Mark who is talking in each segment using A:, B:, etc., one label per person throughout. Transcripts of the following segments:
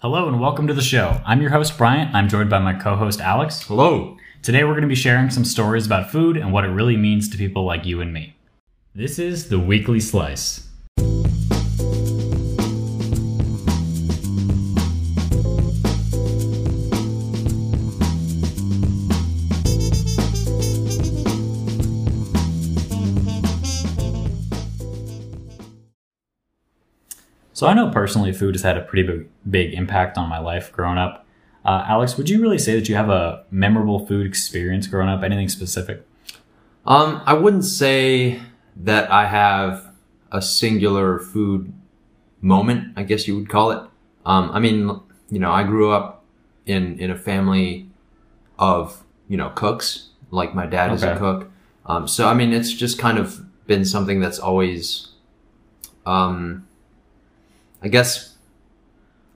A: Hello and welcome to the show. I'm your host, Bryant. I'm joined by my co host, Alex.
B: Hello.
A: Today, we're going to be sharing some stories about food and what it really means to people like you and me. This is the Weekly Slice. So I know personally food has had a pretty big, big impact on my life growing up. Uh, Alex, would you really say that you have a memorable food experience growing up? Anything specific?
B: Um, I wouldn't say that I have a singular food moment, I guess you would call it. Um, I mean, you know, I grew up in, in a family of, you know, cooks, like my dad is a
A: Okay.
B: cook. Um, so, I mean, it's just kind of been something that's always, um, I guess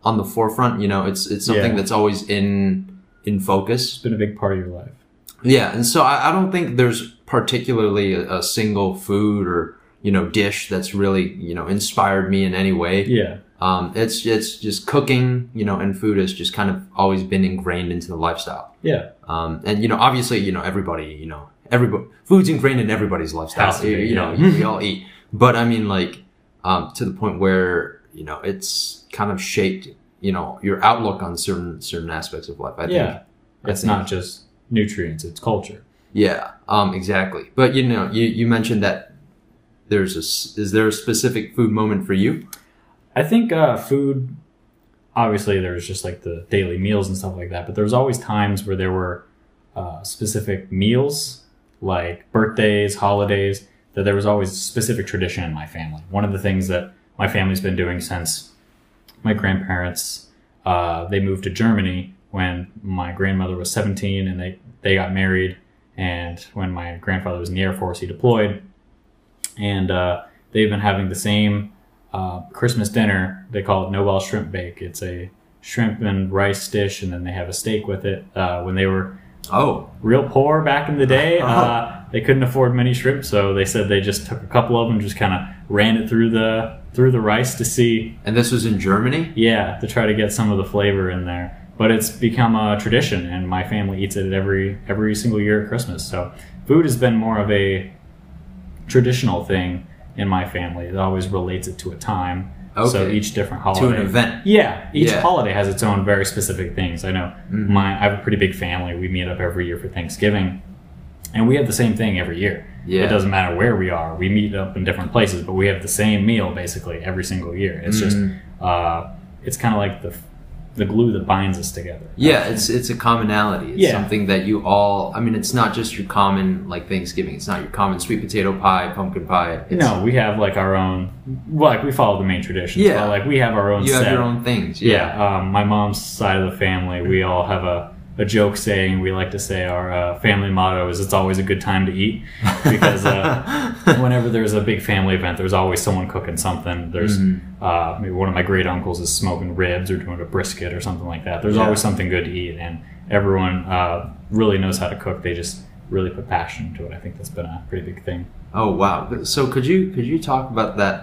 B: on the forefront, you know, it's, it's something
A: Yeah.
B: that's always in, in focus.
A: been a big part of your life.
B: Yeah, and so I, I don't think there's particularly a, a single food or you know dish that's really you know inspired me in any way.
A: Yeah.
B: Um, it's it's just cooking, you know, and food has just kind of always been ingrained into the lifestyle.
A: Yeah.
B: Um, and you know, obviously, you know, everybody, you know, everybody, food's ingrained in everybody's lifestyle.
A: Has to
B: you,
A: be,
B: you know,
A: yeah.
B: we all eat, but I mean, like, um, to the point where you know it's kind of shaped, you know, your outlook on certain certain aspects of life. I think.
A: yeah.
B: I
A: It's
B: think-
A: not just nutrients, it's culture.
B: Yeah, um, exactly. But you know, you, you mentioned that there's a s- is there a specific food moment for you?
A: I think uh, food. Obviously, there was just like the daily meals and stuff like that, but there was always times where there were uh, specific meals, like birthdays, holidays. That there was always specific tradition in my family. One of the things that my family's been doing since my grandparents uh, they moved to Germany when my grandmother was 17, and they they got married. And when my grandfather was in the Air Force, he deployed, and uh, they've been having the same uh, Christmas dinner. They call it Nobel Shrimp Bake. It's a shrimp and rice dish, and then they have a steak with it. Uh, when they were
B: Oh,
A: real poor back in the day, uh, they couldn't afford many shrimp, so they said they just took a couple of them, just kind of ran it through the through the rice to see,
B: and this was in Germany.
A: yeah, to try to get some of the flavor in there. But it's become a tradition, and my family eats it every every single year at Christmas. So food has been more of a traditional thing in my family. It always relates it to a time. So
B: Okay.
A: each different
B: To
A: holiday
B: an event.
A: yeah, each
B: Yeah. Mm-hmm.
A: holiday has its own very specific things. I know my I have a pretty big family. We meet up every year for Thanksgiving, and we have the same thing every year.
B: Yeah.
A: It doesn't matter where we are. We meet up in different places, but we have the same meal basically every single year. It's
B: Mhm.
A: just uh, it's kind of like the the glue that binds us together.
B: Yeah, it's it's a commonality. It's
A: Yeah.
B: something that you all. I mean, it's not just your common like Thanksgiving. It's not your common sweet potato pie, pumpkin pie. It's,
A: no, we have like our own. Well, like we follow the main traditions.
B: Yeah.
A: but, like we have our own.
B: you have
A: set.
B: your own things. Yeah,
A: Yeah, um, my mom's side of the family, we all have a, a joke saying we like to say our uh, family motto is it's always a good time to eat because uh, whenever there's a big family event, there's always someone cooking something. There's
B: Mm-hmm.
A: uh, maybe one of my great uncles is smoking ribs or doing a brisket or something like that. There's
B: Yeah.
A: always something good to eat, and everyone uh, really knows how to cook. They just really put passion into it. I think that's been a pretty big thing.
B: Oh wow. So could you could you talk about that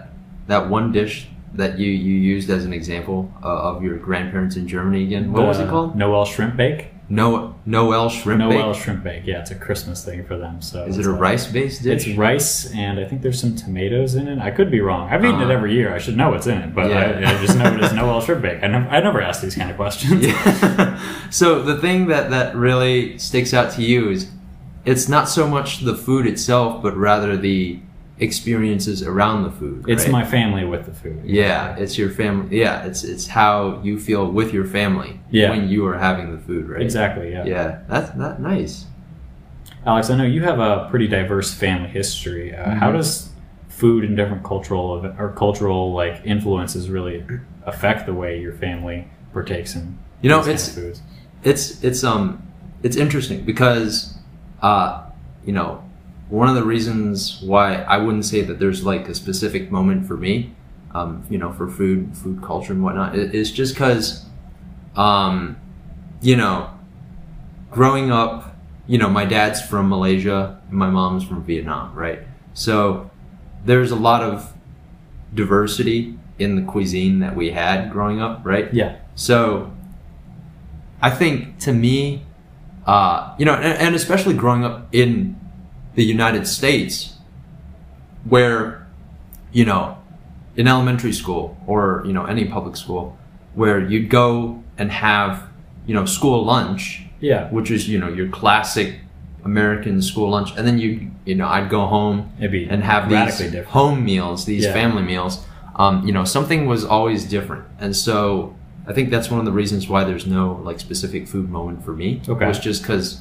B: that one dish that you you used as an example uh, of your grandparents in Germany again? What was
A: The
B: it called?
A: Noel Shrimp Bake.
B: No, Noel shrimp
A: Noel
B: bake.
A: Shrimp Bake. Yeah, it's a Christmas thing for them. So
B: Is it
A: it's
B: a
A: like-
B: rice-based
A: It's
B: dish?
A: rice, and I think there's some tomatoes in it. I could be wrong. I've eaten it
B: Uh-huh.
A: every year. I should know what's in it, but
B: Yeah.
A: I, I just know it is Noel shrimp bake. I, nev- I never ask these kind of questions.
B: Yeah. so the thing that that really sticks out to you is it's not so much the food itself, but rather the experiences around the food.
A: It's
B: right?
A: my family with the food.
B: yeah. It's your family. Yeah. It's it's how you feel with your family
A: Yeah.
B: when you are having the food, right?
A: exactly. Yeah.
B: Yeah. That's that nice.
A: Alex, I know you have a pretty diverse family history. Uh, How
B: Mhm.
A: does food and different cultural ev- or cultural like influences really affect the way your family partakes in?
B: You know,
A: these kind
B: it's-
A: of foods?
B: it's it's um it's interesting because uh you know one of the reasons why I wouldn't say that there's like a specific moment for me um you know for food food culture and whatnot i- is just because um you know growing up you know my dad's from Malaysia and my mom's from Vietnam right so there's a lot of diversity in the cuisine that we had growing up, right?
A: Yeah.
B: So I think to me, uh, you know, and, and especially growing up in the United States, where, you know, in elementary school or, you know, any public school, where you'd go and have, you know, school lunch
A: Yeah.
B: which is you know your classic American school lunch, and then you you know I'd go home
A: It'd be
B: and have these
A: radically different.
B: home meals, these
A: Yeah.
B: family meals. Um, you know something was always different, and so I think that's one of the reasons why there's no like specific food moment for me.
A: Okay.
B: was just because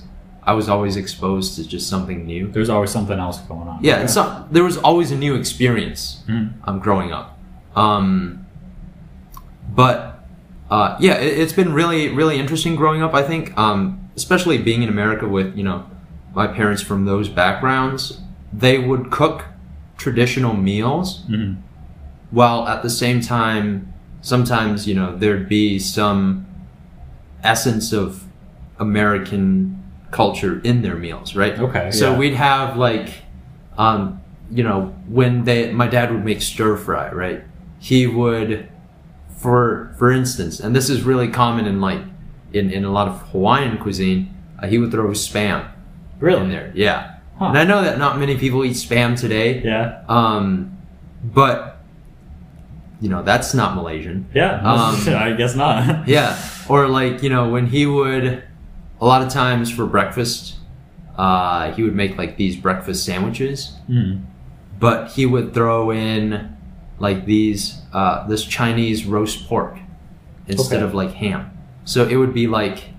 B: I was always exposed to just something new.
A: There's always something else going on.
B: Yeah, and so there was always a new experience
A: Mm.
B: um, growing up. Um, but uh, yeah, it, it's been really, really interesting growing up. I think, um, especially being in America with you know my parents from those backgrounds, they would cook traditional meals
A: Mhm.
B: while at the same time, sometimes you know there'd be some essence of American culture in their meals, right?
A: Okay.
B: So
A: yeah.
B: we'd have like, um, you know, when they, my dad would make stir fry, right? He would, for for instance, and this is really common in like, in in a lot of Hawaiian cuisine, uh, he would throw spam
A: really
B: in there. Yeah,
A: Huh.
B: and I know that not many people eat spam today.
A: Yeah.
B: Um, but you know that's not Malaysian.
A: Yeah.
B: Um,
A: I guess not.
B: Yeah, or like you know when he would, a lot of times for breakfast, uh, he would make like these breakfast sandwiches,
A: Mm.
B: but he would throw in like these uh, this Chinese roast pork instead
A: Okay.
B: of like ham. So it would be like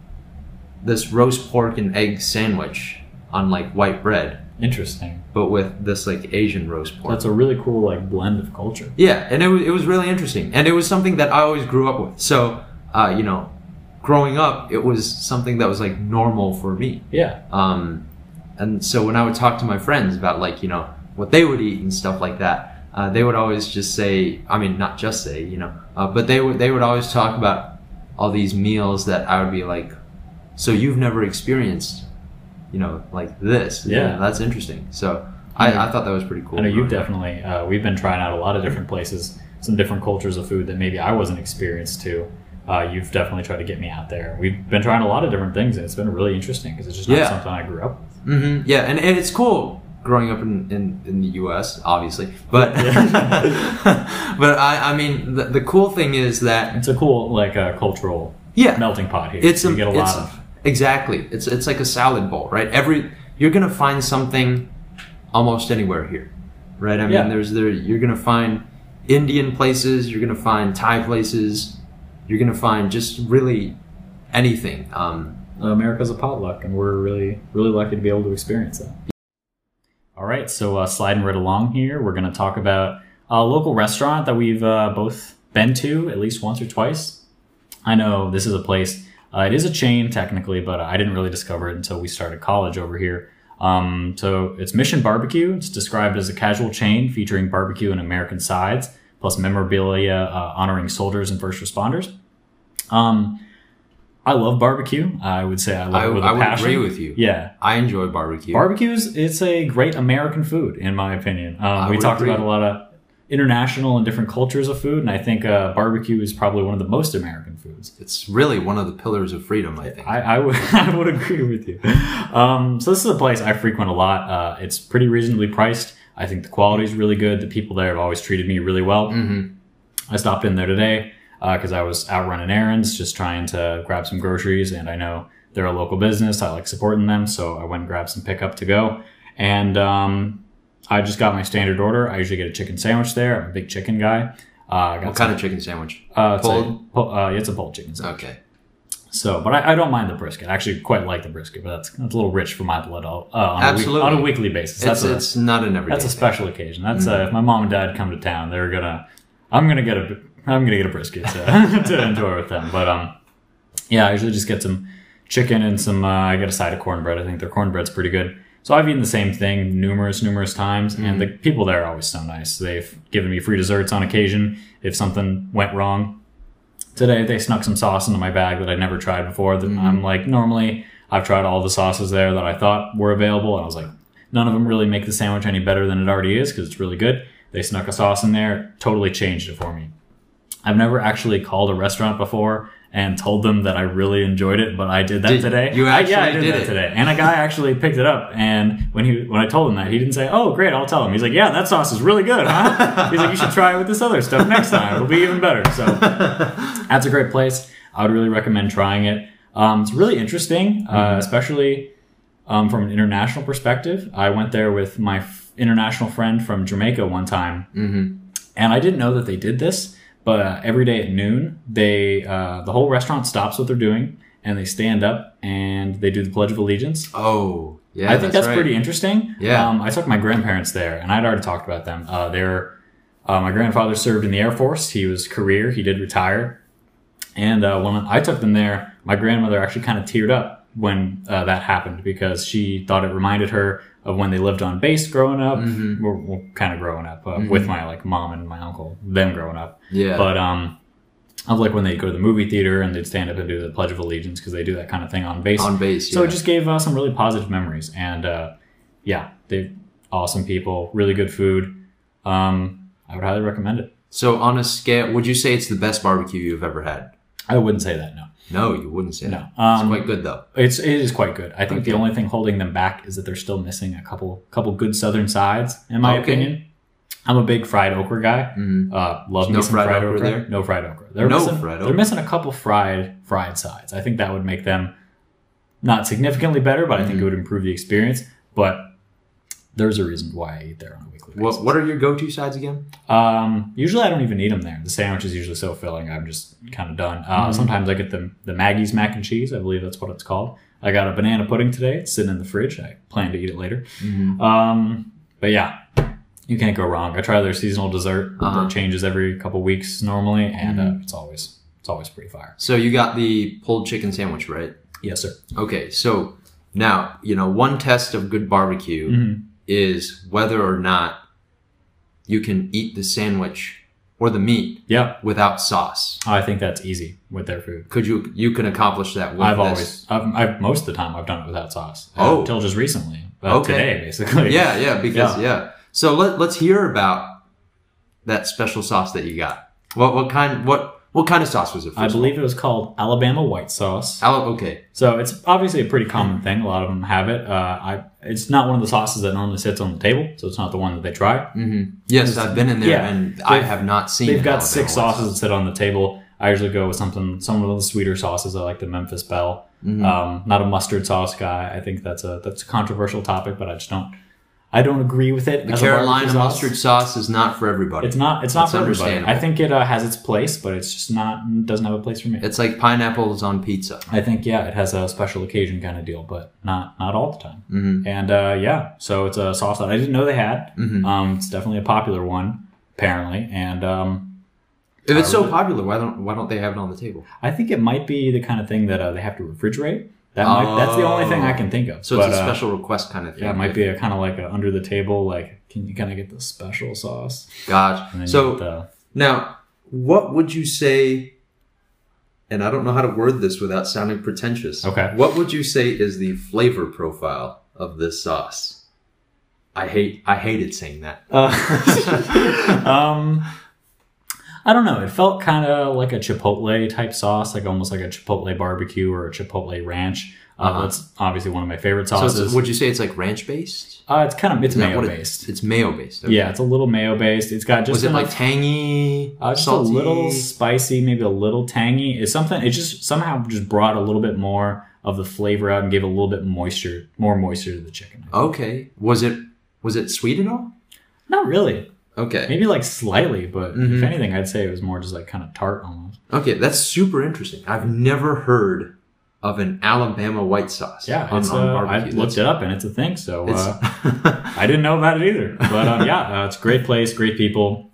B: this roast pork and egg sandwich on like white bread,
A: Interesting.
B: but with this like Asian roast pork.
A: That's a really cool like blend of culture.
B: Yeah, and it was, it was really interesting. And it was something that I always grew up with. So, uh, you know, growing up, it was something that was like normal for me.
A: Yeah.
B: Um, and so when I would talk to my friends about like, you know, what they would eat and stuff like that, uh, they would always just say, I mean, not just say, you know, uh, but they would, they would always talk about all these meals that I would be like, so you've never experienced, you know, like this.
A: Yeah.
B: that's interesting. So I, I thought that was pretty cool.
A: I know you've
B: growing up.
A: definitely. Uh, we've been trying out a lot of different places, some different cultures of food that maybe I wasn't experienced to. Uh, you've definitely tried to get me out there. We've been trying a lot of different things, and it's been really interesting because it's just not
B: Yeah.
A: something I grew up with.
B: hmm Yeah, and, and it's cool growing up in, in, in the U.S. obviously, but but I I mean the, the cool thing is that
A: It's a cool like uh, cultural
B: yeah,
A: melting pot here.
B: it's
A: you get a lot
B: it's-
A: of
B: exactly it's it's like a salad bowl, right? Every you're gonna find something almost anywhere here, right? I mean,
A: Yeah.
B: there's there you're gonna find Indian places, you're gonna find Thai places, you're gonna find just really anything. Um,
A: America's a potluck, and we're really, really lucky to be able to experience that. All right, so uh, sliding right along here, we're going to talk about a local restaurant that we've uh, both been to at least once or twice. I know this is a place, uh, it is a chain technically, but I didn't really discover it until we started college over here. Um, so it's Mission Barbecue. It's described as a casual chain featuring barbecue and American sides, plus memorabilia uh, honoring soldiers and first responders. Um, I love barbecue. I would say I love
B: I,
A: it with a
B: I would
A: passion.
B: agree with you.
A: Yeah,
B: I enjoy barbecue.
A: Barbecues, it's a great American food, in my opinion. Um, we
B: would
A: talked
B: agree.
A: about a lot of international and different cultures of food, and I think uh, barbecue is probably one of the most American foods.
B: It's really one of the pillars of freedom, I think.
A: I, I, would, I would agree with you. Um, so, this is a place I frequent a lot. Uh, it's pretty reasonably priced. I think the quality is really good. The people there have always treated me really well.
B: Mm-hmm.
A: I stopped in there today because I was out running errands, just trying to grab some groceries. And I know they're a local business. I like supporting them. So I went and grabbed some pickup to go. And um, I just got my standard order. I usually get a chicken sandwich there. I'm a big chicken guy. Uh, I got
B: What kind of chicken sandwich?
A: some- uh, it's, a,
B: pulled?
A: pu- uh, it's a pulled chicken. sandwich.
B: Okay.
A: So, but I, I don't mind the brisket. I actually quite like the brisket, but that's, that's a little rich for my blood all, uh, on,
B: Absolutely.
A: A week, on a weekly basis. That's
B: It's, Mm-hmm.
A: a,
B: it's not an everyday.
A: that's a special occasion. That's uh, if my mom and dad come to town, they're gonna. I'm gonna get a. I'm gonna get a brisket to, to enjoy with them. But um, yeah, I usually just get some chicken and some. Uh, I get a side of cornbread. I think their cornbread's pretty good. So I've eaten the same thing numerous, numerous times,
B: Mm-hmm.
A: and the people there are always so nice. They've given me free desserts on occasion if something went wrong. Today they snuck some sauce into my bag that I'd never tried before. That
B: Mm-hmm.
A: I'm like, normally I've tried all the sauces there that I thought were available, and I was like, none of them really make the sandwich any better than it already is because it's really good. They snuck a sauce in there, totally changed it for me. I've never actually called a restaurant before and told them that I really enjoyed it, but I did that
B: Did-
A: today.
B: you
A: I- yeah, I
B: actually
A: did,
B: did
A: that
B: it.
A: today. And a guy actually picked it up, and when he when I told him that, he didn't say, "Oh, great, I'll tell him." He's like, "Yeah, that sauce is really good, huh?" He's like, "You should try it with this other stuff next time; it'll be even better." So that's a great place. I would really recommend trying it. Um, it's really interesting, uh, especially um, from an international perspective. I went there with my f- international friend from Jamaica one time,
B: Mm-hmm.
A: and I didn't know that they did this, but uh, every day at noon, they uh, the whole restaurant stops what they're doing and they stand up and they do the Pledge of Allegiance.
B: Oh, yeah.
A: I think that's,
B: right.
A: pretty interesting.
B: Yeah.
A: um, I took my grandparents there, and I'd already talked about them. Uh, they're uh, my grandfather served in the Air Force. He was career. He did retire, and uh, when I took them there, my grandmother actually kind of teared up when uh, that happened because she thought it reminded her of when they lived on base growing up,
B: Mhm.
A: Well, well, kind of growing up uh, with my like mom and my uncle, them growing up.
B: Mm-hmm. Yeah.
A: But um, of like when they go to the movie theater and they'd stand up and do the Pledge of Allegiance because they do that kind of thing on base.
B: on base.
A: so
B: yeah.
A: it just gave us some really positive memories. And uh, yeah, they awesome people, really good food. Um, I would highly recommend it.
B: So on a scale, would you say it's the best barbecue you've ever had?
A: I wouldn't say that no.
B: No, you wouldn't say that.
A: No. Um,
B: it's quite good though.
A: It's it is quite good. I think the
B: Okay.
A: only thing holding them back is that they're still missing a couple couple good southern sides, in my
B: Okay.
A: opinion. I'm a big fried okra guy.
B: Mhm.
A: Uh, love
B: There's
A: me
B: no
A: some
B: fried
A: fried,
B: okra
A: okra.
B: there?
A: No fried okra. They're
B: No
A: missing,
B: fried okra.
A: They're missing a couple fried fried sides. I think that would make them not significantly better, but I
B: Mm-hmm.
A: think it would improve the experience. But there's a reason why I eat there on a weekly basis.
B: What What are your go-to sides again?
A: Um, usually I don't even eat them there. The sandwich is usually so filling. I'm just kind of done. Uh,
B: Mm-hmm.
A: Sometimes I get the the Maggie's mac and cheese. I believe that's what it's called. I got a banana pudding today. It's sitting in the fridge. I plan to eat it later.
B: Mm-hmm.
A: Um, but yeah, you can't go wrong. I try their seasonal dessert
B: Uh-huh. Mm-hmm.
A: that changes every couple weeks normally, and uh, it's always it's always pretty fire.
B: So you got the pulled chicken sandwich, right?
A: Yes, sir.
B: Okay, so now you know one test of good barbecue
A: Mhm.
B: is whether or not you can eat the sandwich or the meat
A: Yeah,
B: without sauce.
A: I think that's easy with their food.
B: Could you you can accomplish that with
A: I've
B: this?
A: always, I've, I've most of the time, I've done it without sauce.
B: Oh.
A: until just recently, uh,
B: Okay.
A: today basically.
B: yeah yeah because yeah. So let let's hear about that special sauce that you got. What what kind what what kind of sauce was it? First
A: I
B: of
A: believe it was called Alabama white sauce.
B: all? Al- okay.
A: So it's obviously a pretty common thing. A lot of them have it. Uh, I it's not one of the sauces that normally sits on the table, so it's not the one that they try.
B: Mm-hmm. Yes, I've been in there
A: yeah.
B: and I
A: They've-
B: have not seen.
A: They've
B: an
A: got
B: Alabama
A: six
B: one.
A: sauces that sit on the table. I usually go with something, some of the sweeter sauces. I like the Memphis Belle.
B: Mm-hmm.
A: Um, not a mustard sauce guy. I think that's a that's a controversial topic, but I just don't. I don't agree with it.
B: The
A: as a barbecue
B: Carolina
A: sauce.
B: mustard sauce is not for everybody.
A: It's not. It's not
B: That's
A: for everybody.
B: understandable.
A: I think it uh, has its place, but it's just not. Doesn't have a place for me.
B: It's like pineapples on pizza.
A: I think yeah, it has a special occasion kind of deal, but not not all the time.
B: Mm-hmm.
A: And uh, yeah, so it's a sauce that I didn't know they had. Um, it's definitely a popular one, apparently, and um,
B: If it's so popular, why don't why don't they have it on the table?
A: I think it might be the kind of thing that uh, they have to refrigerate. That might, that's the only thing I can think of.
B: Oh, So it's
A: But,
B: a
A: uh,
B: special request kind of thing.
A: yeah, it might be a kind of like a under the table. Like, can you kind of get the special sauce? And
B: Gosh.
A: then
B: So
A: you get the-
B: now, what would you say? And I don't know how to word this without sounding pretentious.
A: Okay.
B: What would you say is the flavor profile of this sauce? I hate I hated saying that.
A: Oh, Uh, um, I don't know. It felt kind of like a chipotle type sauce, like almost like a chipotle barbecue or a chipotle ranch. Uh,
B: Uh-huh.
A: That's obviously one of my favorite
B: So
A: sauces.
B: it's, would you say it's like ranch based?
A: uh, it's kind of it's
B: Is that
A: mayo
B: what it-
A: based.
B: It's mayo based.
A: Yeah, it's a little mayo based. It's got just
B: Was it
A: enough-
B: like tangy?
A: uh, just
B: salty?
A: a little spicy, maybe a little tangy. It's something. It just somehow just brought a little bit more of the flavor out and gave a little bit moisture, more moisture to the chicken.
B: Okay. Was it was it sweet at all?
A: Not really.
B: Okay.
A: Maybe like slightly, but
B: Mhm.
A: if anything, I'd say it was more just like kind of tart almost.
B: Okay, that's super interesting. I've never heard of an Alabama white sauce.
A: Yeah,
B: on,
A: it's,
B: on
A: uh, I
B: barbecue.
A: looked it up and it's a thing. So
B: That's-
A: uh,
B: it's-
A: I didn't know about it either. But um, yeah, uh, it's a great place, great people.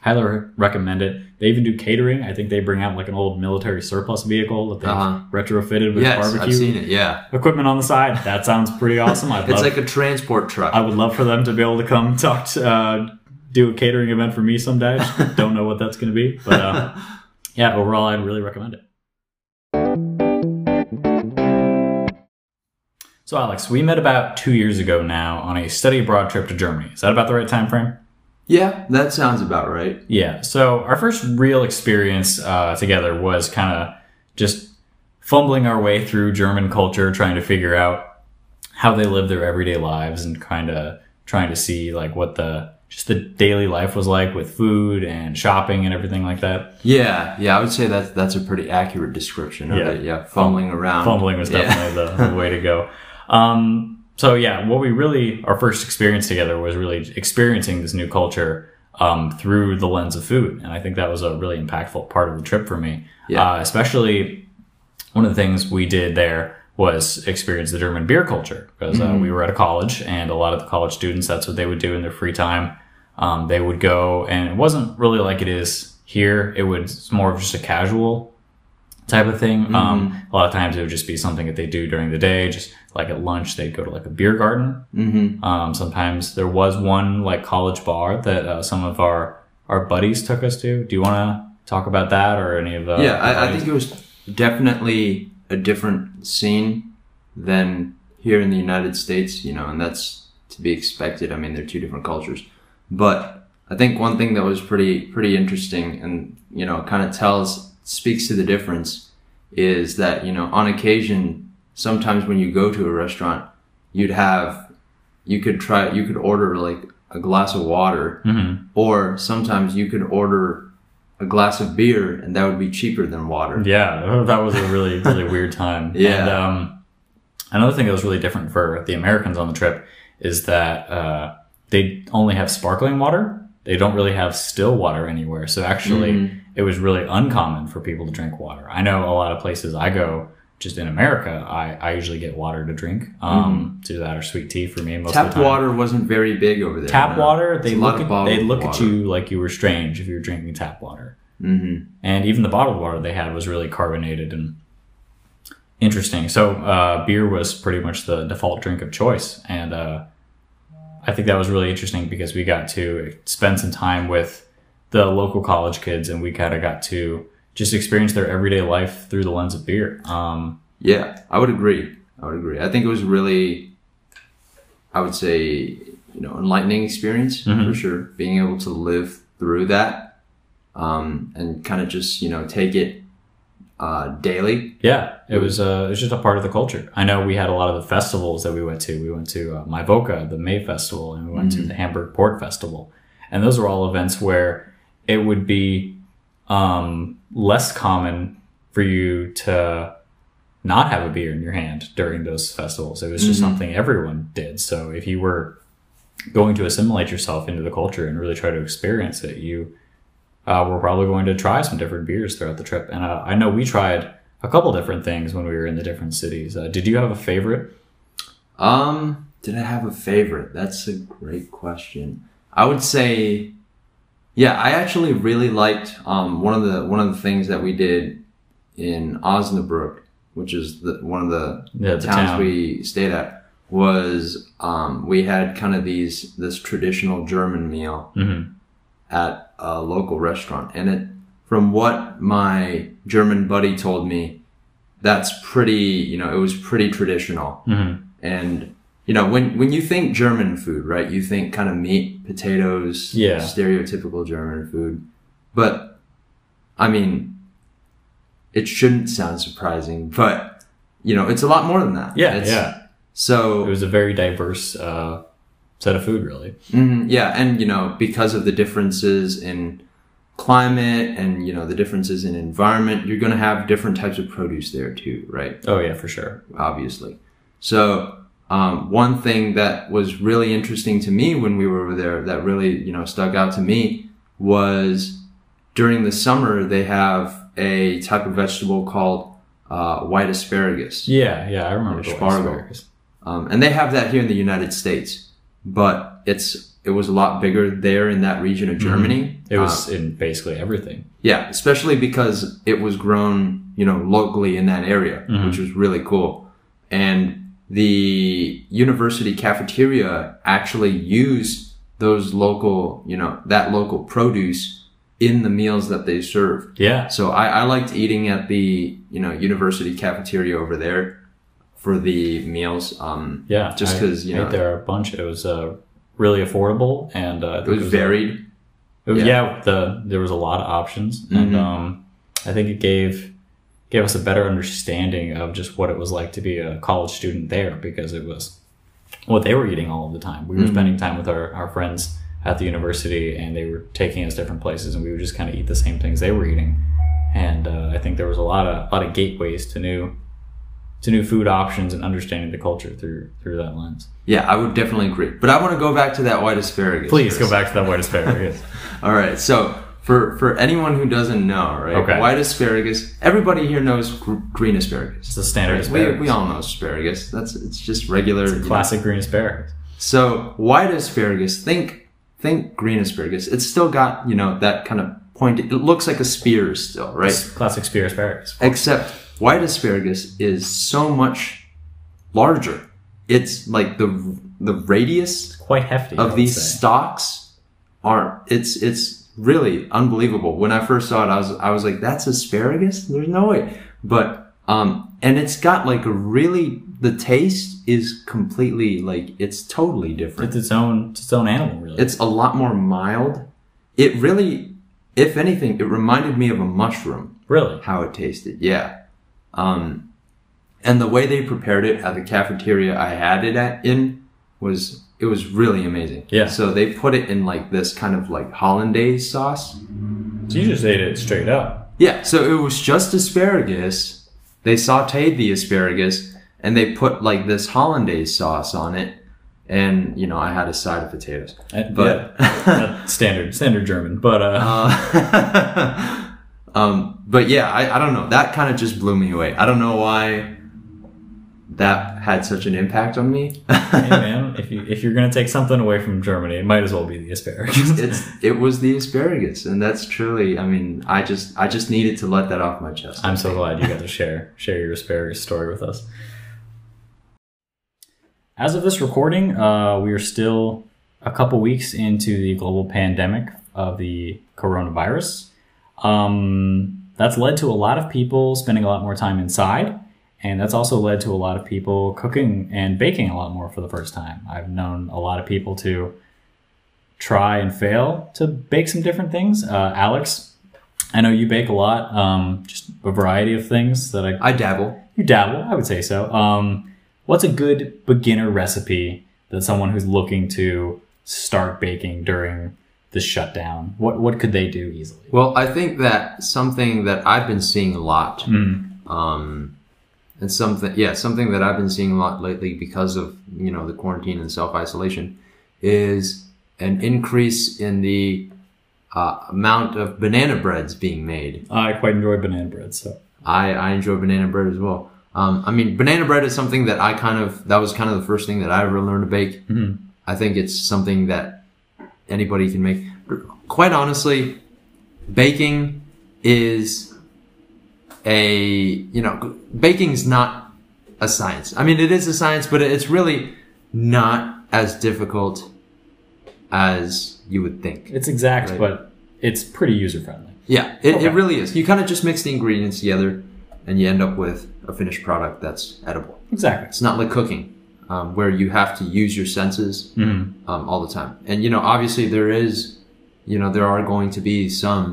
A: Highly re- recommend it. They even do catering. I think they bring out like an old military surplus vehicle that they've
B: Uh-huh.
A: retrofitted with
B: yes, I've
A: barbecue
B: seen it. Yeah,
A: equipment on the side. That sounds pretty awesome. I'd
B: it's
A: love,
B: like a transport truck.
A: I would love for them to be able to come talk to, uh, do a catering event for me someday. I just don't know what that's going to be. But uh, yeah, overall, I'd really recommend it. So, Alex, we met about two years ago now on a study abroad trip to Germany. Is that about the right time frame?
B: Yeah, that sounds about right.
A: Yeah. So our first real experience uh, together was kind of just fumbling our way through German culture, trying to figure out how they live their everyday lives and kind of trying to see like what the just the daily life was like with food and shopping and everything like that.
B: Yeah, yeah, I would say that's that's a pretty accurate description of
A: Yeah.
B: it. Yeah, fumbling around.
A: Fumbling was
B: Um, Yeah.
A: definitely the, the way to go. Um, so yeah, what we really our first experience together was really experiencing this new culture um, through the lens of food, and I think that was a really impactful part of the trip for me.
B: Yeah.
A: Uh, especially one of the things we did there was experience the German beer culture because uh,
B: Mm-hmm.
A: we were at a college, and a lot of the college students that's what they would do in their free time. Um, they would go, and it wasn't really like it is here. It was more of just a casual type of thing.
B: Mm-hmm.
A: Um, a lot of times it would just be something that they do during the day. Just like at lunch, they'd go to like a beer garden. Mm-hmm. Um, sometimes there was one like college bar that uh, some of our our buddies took us to. Do you want to talk about that or any of the?
B: yeah, I, I think it was definitely a different scene than here in the United States, you know, and that's to be expected. I mean, they're two different cultures, but I think one thing that was pretty pretty interesting, and you know, kind of tells speaks to the difference, is that you know, on occasion, sometimes when you go to a restaurant, you'd have you could try you could order like a glass of water
A: Mhm.
B: or sometimes you could order a glass of beer and that would be cheaper than water
A: Yeah, that was a really really weird time.
B: Yeah.
A: And, um, another thing that was really different for the Americans on the trip is that uh, they only have sparkling water. They don't really have still water anywhere. So actually,
B: Mm-hmm.
A: it was really uncommon for people to drink water. I know a lot of places I go. Just in America, I, I usually get water to drink. Um, To that or sweet tea for me most of
B: Mm-hmm. tap
A: the time.
B: water wasn't very big over there
A: Tap
B: no.
A: water,
B: It's
A: they
B: a lot
A: look
B: of
A: at,
B: bottled
A: they look at
B: water.
A: you like you were strange if you were drinking tap water
B: Mhm.
A: and even the bottled water they had was really carbonated and interesting. So uh, beer was pretty much the default drink of choice, and uh, I think that was really interesting because we got to spend some time with the local college kids, and we kind of got to just experience their everyday life through the lens of beer. Um,
B: yeah i would agree i would agree i think it was really i would say you know enlightening experience
A: Mm-hmm.
B: for sure being able to live through that um, and kind of just you know take it uh, daily
A: yeah, it was uh, it was just a part of the culture. I know we had a lot of the festivals that we went to. We went to uh, Myvoca, the May Festival, and we went to the Hamburg Port Festival, and those were all events where it would be um, less common for you to not have a beer in your hand during those festivals. It was just something everyone did. So if you were going to assimilate yourself into the culture and really try to experience it, you uh, were probably going to try some different beers throughout the trip. And uh, I know we tried a couple different things when we were in the different cities. Uh, did you have a favorite?
B: Um, did I have a favorite? That's a great question. I would say, yeah, I actually really liked um, one of the one of the things that we did in Osnabrück, which is the, one of the
A: Yeah, the
B: towns
A: town.
B: we stayed at. Was um, we had kind of these this traditional German meal
A: Mhm.
B: at a local restaurant, and it from what my German buddy told me, that's pretty you know it was pretty traditional.
A: Mm-hmm.
B: And you know, when when you think German food, right? You think kind of meat, potatoes,
A: Yeah.
B: stereotypical German food. But I mean, it shouldn't sound surprising, but you know, it's a lot more than that.
A: Yeah,
B: It's-
A: yeah. It
B: So
A: was a very diverse uh, set of food, really.
B: mhm, yeah, and you know, because of the differences in climate and you know the differences in environment, you're going to have different types of produce there too, right?
A: Oh yeah, for sure.
B: obviously. So um, one thing that was really interesting to me when we were over there that really you know stuck out to me was during the summer they have a type of vegetable called uh, white asparagus,
A: Yeah, yeah. I remember the
B: Spargo.
A: asparagus.
B: um, and they have that here in the United States, but it's it was a lot bigger there in that region of Germany.
A: Mm-hmm. It
B: Uh,
A: was in basically everything.
B: yeah, especially because it was grown, you know, locally in that area,
A: Mm-hmm.
B: which was really cool. And the university cafeteria actually used those local, you know, that local produce in the meals that they served.
A: Yeah,
B: So I, I liked eating at the, you know, university cafeteria over there for the meals. Um,
A: yeah.
B: Just
A: I
B: 'cause, you
A: ate
B: know-
A: there a bunch. It was uh, really affordable and uh, I think
B: It was varied.
A: it was-
B: yeah.
A: yeah. the there was a lot of options and
B: Mhm.
A: um, I think it gave gave us a better understanding of just what it was like to be a college student there because it was what they were eating all of the time. We were
B: Mhm.
A: spending time with our, our friends at the university and they were taking us different places and we would just kind of eat the same things they were eating. And uh, I think there was a lot of lot of gateways to new to new food options and understanding the culture through through that lens.
B: Yeah, I would definitely agree. But I want to go back to that white asparagus.
A: Please
B: first.
A: go back to that white asparagus.
B: All right. So for for anyone who doesn't know, right?
A: Okay.
B: White asparagus. Everybody here knows gr- green asparagus.
A: It's the standard
B: We,
A: asparagus.
B: we all know asparagus. That's it's just regular. you know.
A: Classic green asparagus.
B: So white asparagus. Think think green asparagus. It's still got you know that kind of pointed. It looks like a spear still, right?
A: Classic spear asparagus.
B: Except white asparagus is so much larger. It's like the the radius
A: Quite hefty. I
B: of
A: would
B: these
A: say.
B: stocks are it's it's really unbelievable. When I first saw it, I was I was like, that's asparagus? There's no way. But um and it's got like a really the taste is completely like it's totally different.
A: It's its own it's its own animal really.
B: It's a lot more mild. It really if anything, it reminded me of a mushroom
A: really.
B: how it tasted. Yeah. Um, and the way they prepared it at the cafeteria I had it at in was it was really amazing.
A: Yeah.
B: So they put it in like this kind of like hollandaise sauce.
A: So you just ate it straight up.
B: Yeah. So it was just asparagus. They sauteed the asparagus and they put like this hollandaise sauce on it. And you know, I had a side of potatoes,
A: Uh,
B: but
A: yeah. Not standard standard German. But uh,
B: Uh, um, but yeah, I, I don't know. That kind of just blew me away. I don't know why that had such an impact on me.
A: hey man, if you if you're gonna take something away from Germany, it might as well be the asparagus.
B: it's it was the asparagus, and that's truly. I mean, I just I just needed to let that off my chest.
A: I'm so glad you got to share share your asparagus story with us. As of this recording, uh, we are still a couple weeks into the global pandemic of the coronavirus. Um, that's led to a lot of people spending a lot more time inside, and that's also led to a lot of people cooking and baking a lot more for the first time. I've known a lot of people to try and fail to bake some different things. Uh, Alex, I know you bake a lot, um, just a variety of things that I
B: I dabble.
A: you dabble, I would say so. Um, what's a good beginner recipe that someone who's looking to start baking during the shutdown? What what could they do easily?
B: Well, I think that something that I've been seeing a lot
A: Mm,
B: um, and something yeah something that i've been seeing a lot lately because of you know the quarantine and self-isolation is an increase in the uh, amount of banana breads being made
A: I quite enjoy banana bread, so
B: i i enjoy banana bread as well um, i mean banana bread is something that i kind of that was kind of the first thing that i ever learned to bake
A: Mhm.
B: i think it's something that anybody can make quite honestly baking is a you know baking's not a science i mean it is a science but it's really not as difficult as you would think
A: it's exact,
B: Right.
A: but it's pretty user friendly.
B: yeah it,
A: Okay.
B: it really is you kind of just mix the ingredients together and you end up with a finished product that's edible
A: Exactly.
B: it's not like cooking um, where you have to use your senses
A: Mhm.
B: um, all the time and you know obviously there is you know there are going to be some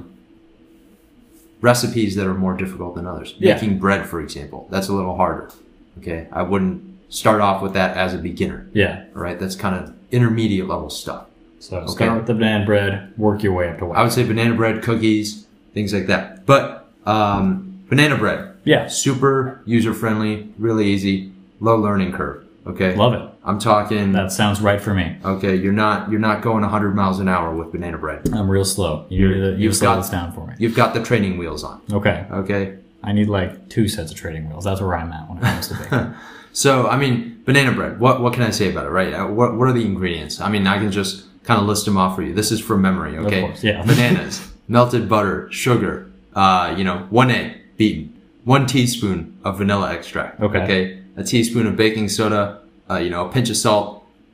B: recipes that are more difficult than others
A: Yeah.
B: making bread for example that's a little harder okay i wouldn't start off with that as a beginner
A: Yeah.
B: all right that's kind of intermediate level stuff
A: So
B: Okay.
A: start with the banana bread, work your way up to
B: i
A: what?
B: would say banana bread cookies things like that but um, banana bread
A: Yeah.
B: super user friendly really easy low learning curve okay
A: Love it.
B: i'm talking
A: That sounds right for me.
B: Okay, you're not you're not going 100 miles an hour with banana bread.
A: I'm real slow. You
B: You're-
A: you
B: you've
A: slow
B: got-
A: this down for me.
B: You've got the training wheels on.
A: Okay.
B: Okay,
A: I need like two sets of trading wheels. That's where I'm at when it comes to baking.
B: so I mean, banana bread. What what can I say about it? Right? Uh, What what are the ingredients? I mean, I can just kind of list them off for you. This is from memory. Okay,
A: course, yeah.
B: bananas, melted butter, sugar. Uh, you know, one egg beaten, one teaspoon of vanilla extract.
A: Okay.
B: okay, a teaspoon of baking soda. Uh, you know, a pinch of salt,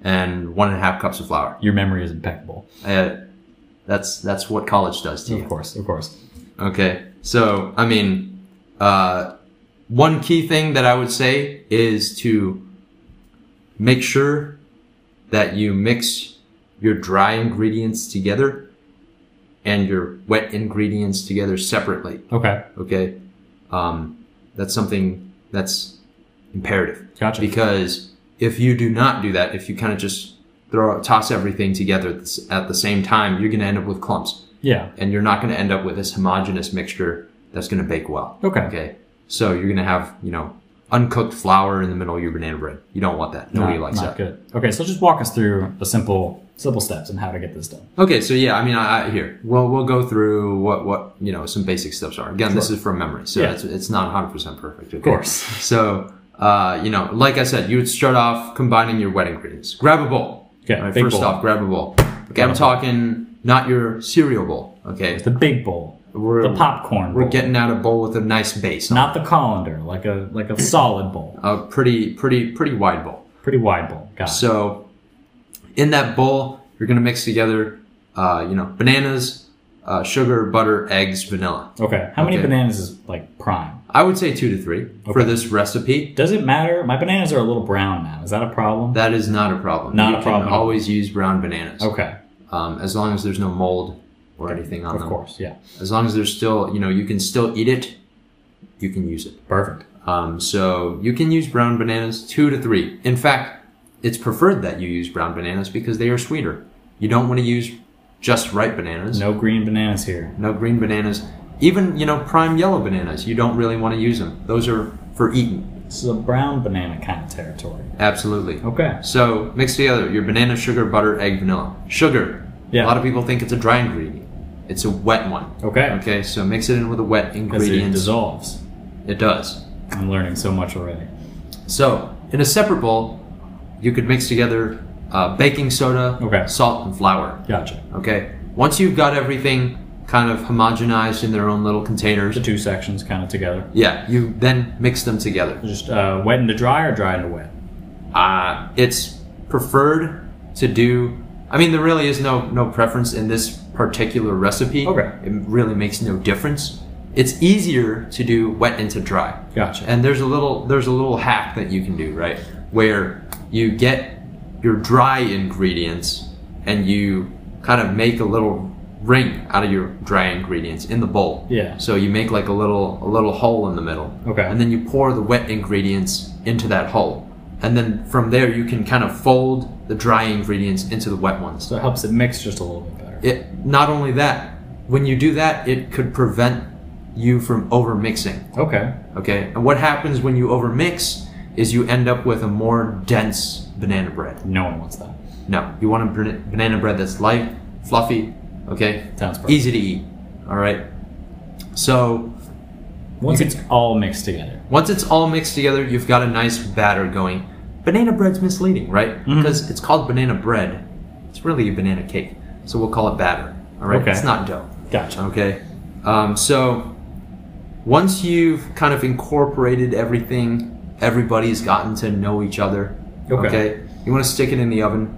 B: and one and a half cups of flour.
A: Your memory is impeccable.
B: Uh, that's that's what college does to you.
A: Of course, of course.
B: Okay. So, I mean, uh, one key thing that I would say is to make sure that you mix your dry ingredients together and your wet ingredients together separately.
A: Okay.
B: Okay. Um, that's something that's imperative
A: Gotcha.
B: because if you do not do that, if you kind of just throw toss everything together at the s- at the same time, you're going to end up with clumps,
A: yeah.
B: and you're not going to end up with this homogeneous mixture that's going to bake well.
A: Okay.
B: Okay, so you're going to have you know uncooked flour in the middle of your banana bread. You don't want that. Nobody
A: Not-
B: likes
A: not
B: that.
A: Good. Okay, so just walk us through the simple simple steps and how to get this done.
B: Okay, so yeah, I mean, I, I here we'll we'll go through what what you know some basic steps are. Again, this
A: Sure.
B: is from memory, so
A: Yeah.
B: it's it's not 100 percent perfect. okay?
A: Of course.
B: So, uh, you know, like I said, you would start off combining your wet ingredients. Grab a bowl.
A: Okay,
B: All right,
A: big
B: first
A: bowl.
B: off, grab a bowl. Okay, I'm
A: bowl.
B: talking not your cereal bowl. Okay,
A: The big bowl.
B: we're
A: The popcorn
B: we're
A: bowl.
B: getting out a bowl with a nice base, on
A: not the colander, like a like a solid bowl.
B: it. a pretty pretty pretty wide bowl.
A: Pretty wide bowl. Got it.
B: So, in that bowl, you're gonna mix together, uh, you know, bananas, uh, sugar, butter, eggs, vanilla.
A: Okay. How many
B: Okay.
A: bananas is like prime?
B: I would say two to three for
A: Okay.
B: this recipe.
A: Does it matter? My bananas are a little brown now. Is that a problem?
B: That is not a problem.
A: Not
B: you
A: a problem
B: Can
A: at all.
B: always use brown bananas.
A: okay.
B: um, as long as there's no mold or anything on
A: Of
B: them.
A: course. Yeah.
B: As long as there's still, you know, you can still eat it, you can use it.
A: Perfect.
B: Um, so you can use brown bananas two to three. In fact, it's preferred that you use brown bananas because they are sweeter. You don't want to use just ripe bananas.
A: No green bananas here.
B: No green bananas. Even you know prime yellow bananas. You don't really want to use them. Those are for eating.
A: This is a brown banana kind of territory.
B: Absolutely.
A: Okay.
B: So mix together your banana, sugar, butter, egg, vanilla. Sugar.
A: Yeah.
B: A lot of people think it's a dry ingredient. It's a wet one.
A: Okay.
B: Okay, so mix it in with a wet
A: Because it
B: ingredient.
A: dissolves.
B: It does.
A: I'm learning so much already.
B: So in a separate bowl, you could mix together uh, baking soda,
A: Okay.
B: salt, and flour.
A: Gotcha.
B: Okay. Once you've got everything kind of homogenized in their own little containers,
A: The two sections kind of together.
B: yeah, you then mix them together.
A: Just uh, wet into dry or dry into wet?
B: Uh, it's preferred to do. I mean, there really is no no preference in this particular recipe.
A: Okay.
B: It really makes no difference. It's easier to do wet into dry.
A: Gotcha.
B: And there's a little there's a little hack that you can do, right? Where you get your dry ingredients and you kind of make a little ring out of your dry ingredients in the bowl.
A: Yeah.
B: So you make like a little a little hole in the middle.
A: Okay.
B: And then you pour the wet ingredients into that hole. And then from there you can kind of fold the dry ingredients into the wet ones.
A: So it helps it mix just a little bit better.
B: It not only that, when you do that, it could prevent you from over mixing.
A: Okay.
B: Okay, and what happens when you overmix is you end up with a more dense banana bread.
A: No one wants that.
B: No, you want a br- banana bread that's light, fluffy, okay,
A: Sounds perfect.
B: easy to eat. All right. So
A: Once it's all mixed together.
B: once it's all mixed together, you've got a nice batter going. Banana bread's misleading, right? Because it's called banana bread. It's really a banana cake, so we'll call it batter. All right,
A: Okay.
B: it's not dough.
A: Gotcha.
B: Okay. Um, so once you've kind of incorporated everything, everybody's gotten to know each other.
A: Okay.
B: You want to stick it in the oven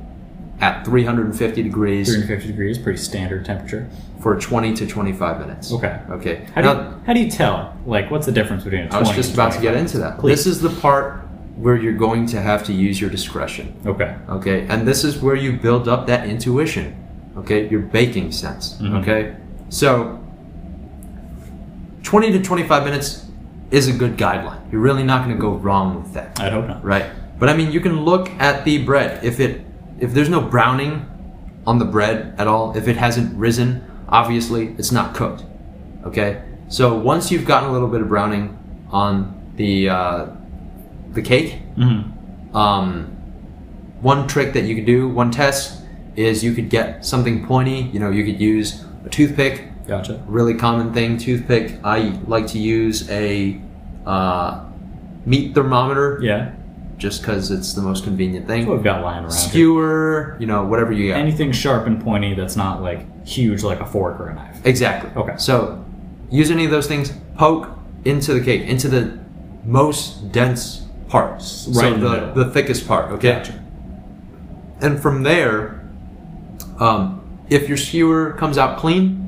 B: at 350 degrees
A: 350 degrees, pretty standard temperature.
B: for 20 to 25 minutes.
A: Okay.
B: Okay.
A: How do,
B: now,
A: you, how do you tell? Like, what's the difference between a 20
B: I was just
A: and
B: about to get
A: 25?
B: into that.
A: Please.
B: This is the part where you're going to have to use your discretion.
A: Okay.
B: Okay. And this is where you build up that intuition. Okay. Your baking sense.
A: Mhm.
B: Okay. So 20 to 25 minutes is a good guideline. You're really not going to go wrong with that.
A: I hope not.
B: Right. But I mean, you can look at the bread. If it, if there's no browning on the bread at all, if it hasn't risen, obviously it's not cooked. Okay. So once you've gotten a little bit of browning on the, uh, the cake,
A: hmm
B: um, one trick that you could do, one test, is you could get something pointy. You know, you could use a toothpick.
A: Gotcha.
B: Really common thing, toothpick. I like to use a uh, meat thermometer
A: Yeah.
B: just because it's the most convenient
A: That's what
B: thing.
A: we've got lying around here.
B: Skewer, you know, whatever you got.
A: Anything sharp and pointy that's not, like, huge like a fork or a knife.
B: Exactly.
A: Okay.
B: So use any of those things. Poke into the cake, into the most dense parts,
A: Right
B: So
A: in the
B: the,
A: middle.
B: the thickest part. Okay.
A: Gotcha.
B: And from there, um, if your skewer comes out clean,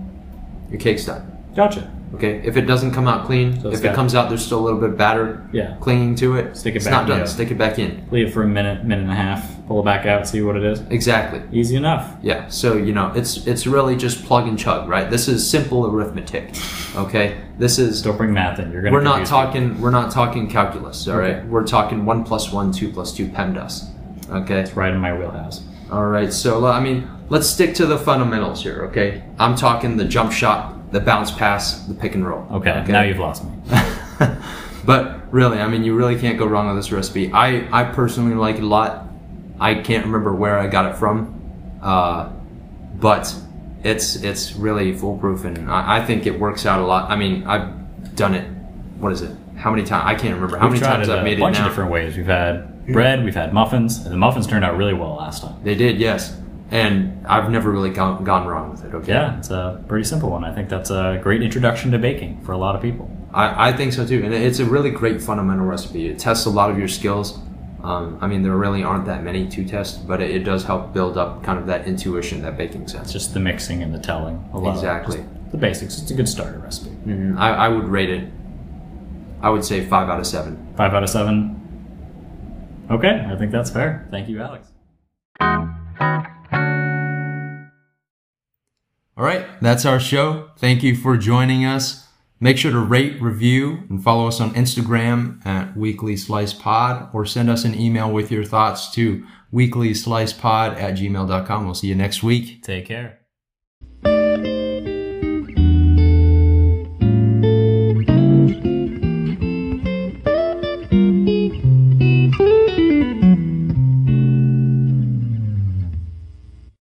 B: your cake's done.
A: Gotcha.
B: Okay, if it doesn't come out clean,
A: So it's
B: if it
A: got-
B: comes out, there's still a little bit of batter
A: Yeah.
B: clinging to it.
A: Stick it
B: it's
A: back
B: not
A: in
B: done.
A: the-
B: Stick it back in.
A: Leave it for a minute, minute and a half. Pull it back out. See what it is.
B: Exactly.
A: Easy enough.
B: Yeah. So you know, it's it's really just plug and chug, right? This is simple arithmetic. Okay. This is
A: Don't bring math in. You're gonna.
B: we're not
A: confuse people.
B: talking we're not talking calculus. All
A: Okay.
B: right? We're talking one plus one, two plus two, PEMDAS. Okay.
A: It's right in my wheelhouse.
B: All right. So uh, I mean, let's stick to the fundamentals here. Okay. I'm talking the jump shot, the bounce pass, the pick and roll.
A: Okay, now you've lost me.
B: but really, I mean, you really can't go wrong with this recipe. I, I personally like it a lot. I can't remember where I got it from, uh, but it's it's really foolproof, and I, I think it works out a lot. I mean, I've done it. What is it? How many times? I can't remember how
A: We've
B: many
A: tried
B: times
A: it
B: I've
A: a
B: made it
A: bunch
B: now.
A: of different ways. We've had bread, we've had muffins, and the muffins turned out really well last time.
B: They did, yes, and I've never really gone, gone wrong with it. Okay.
A: Yeah, it's a pretty simple one. I think that's a great introduction to baking for a lot of people.
B: I, I think so too, and it's a really great fundamental recipe. It tests a lot of your skills. Um, I mean, there really aren't that many to test, but it, it does help build up kind of that intuition, that baking
A: It's
B: sense.
A: just the mixing and the telling. A lot of-
B: Exactly.
A: just the basics. It's a good starter recipe.
B: Mhm. I, I would rate it. I would say five out of seven.
A: Five out of seven. Okay, I think that's fair. Thank you, Alex.
B: All right, that's our show. Thank you for joining us. Make sure to rate, review, and follow us on Instagram at Weekly Slice Pod, or send us an email with your thoughts to weeklyslicepod at gmail.com. We'll see you next week.
A: Take care.